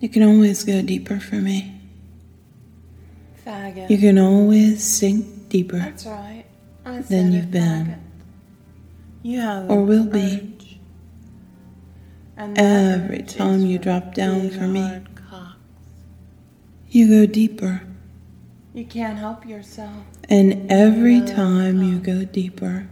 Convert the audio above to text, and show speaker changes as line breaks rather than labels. You can always go deeper for me.
Faggot.
You can always sink deeper.
That's right. I said
Than
it,
you've been.
faggot. You have.
Or
an
will be.
urge. And that
Every
urge
time
is
you
for
drop down
big,
for me.
hard cock.
You go deeper.
You can't help yourself.
And every time you go deeper,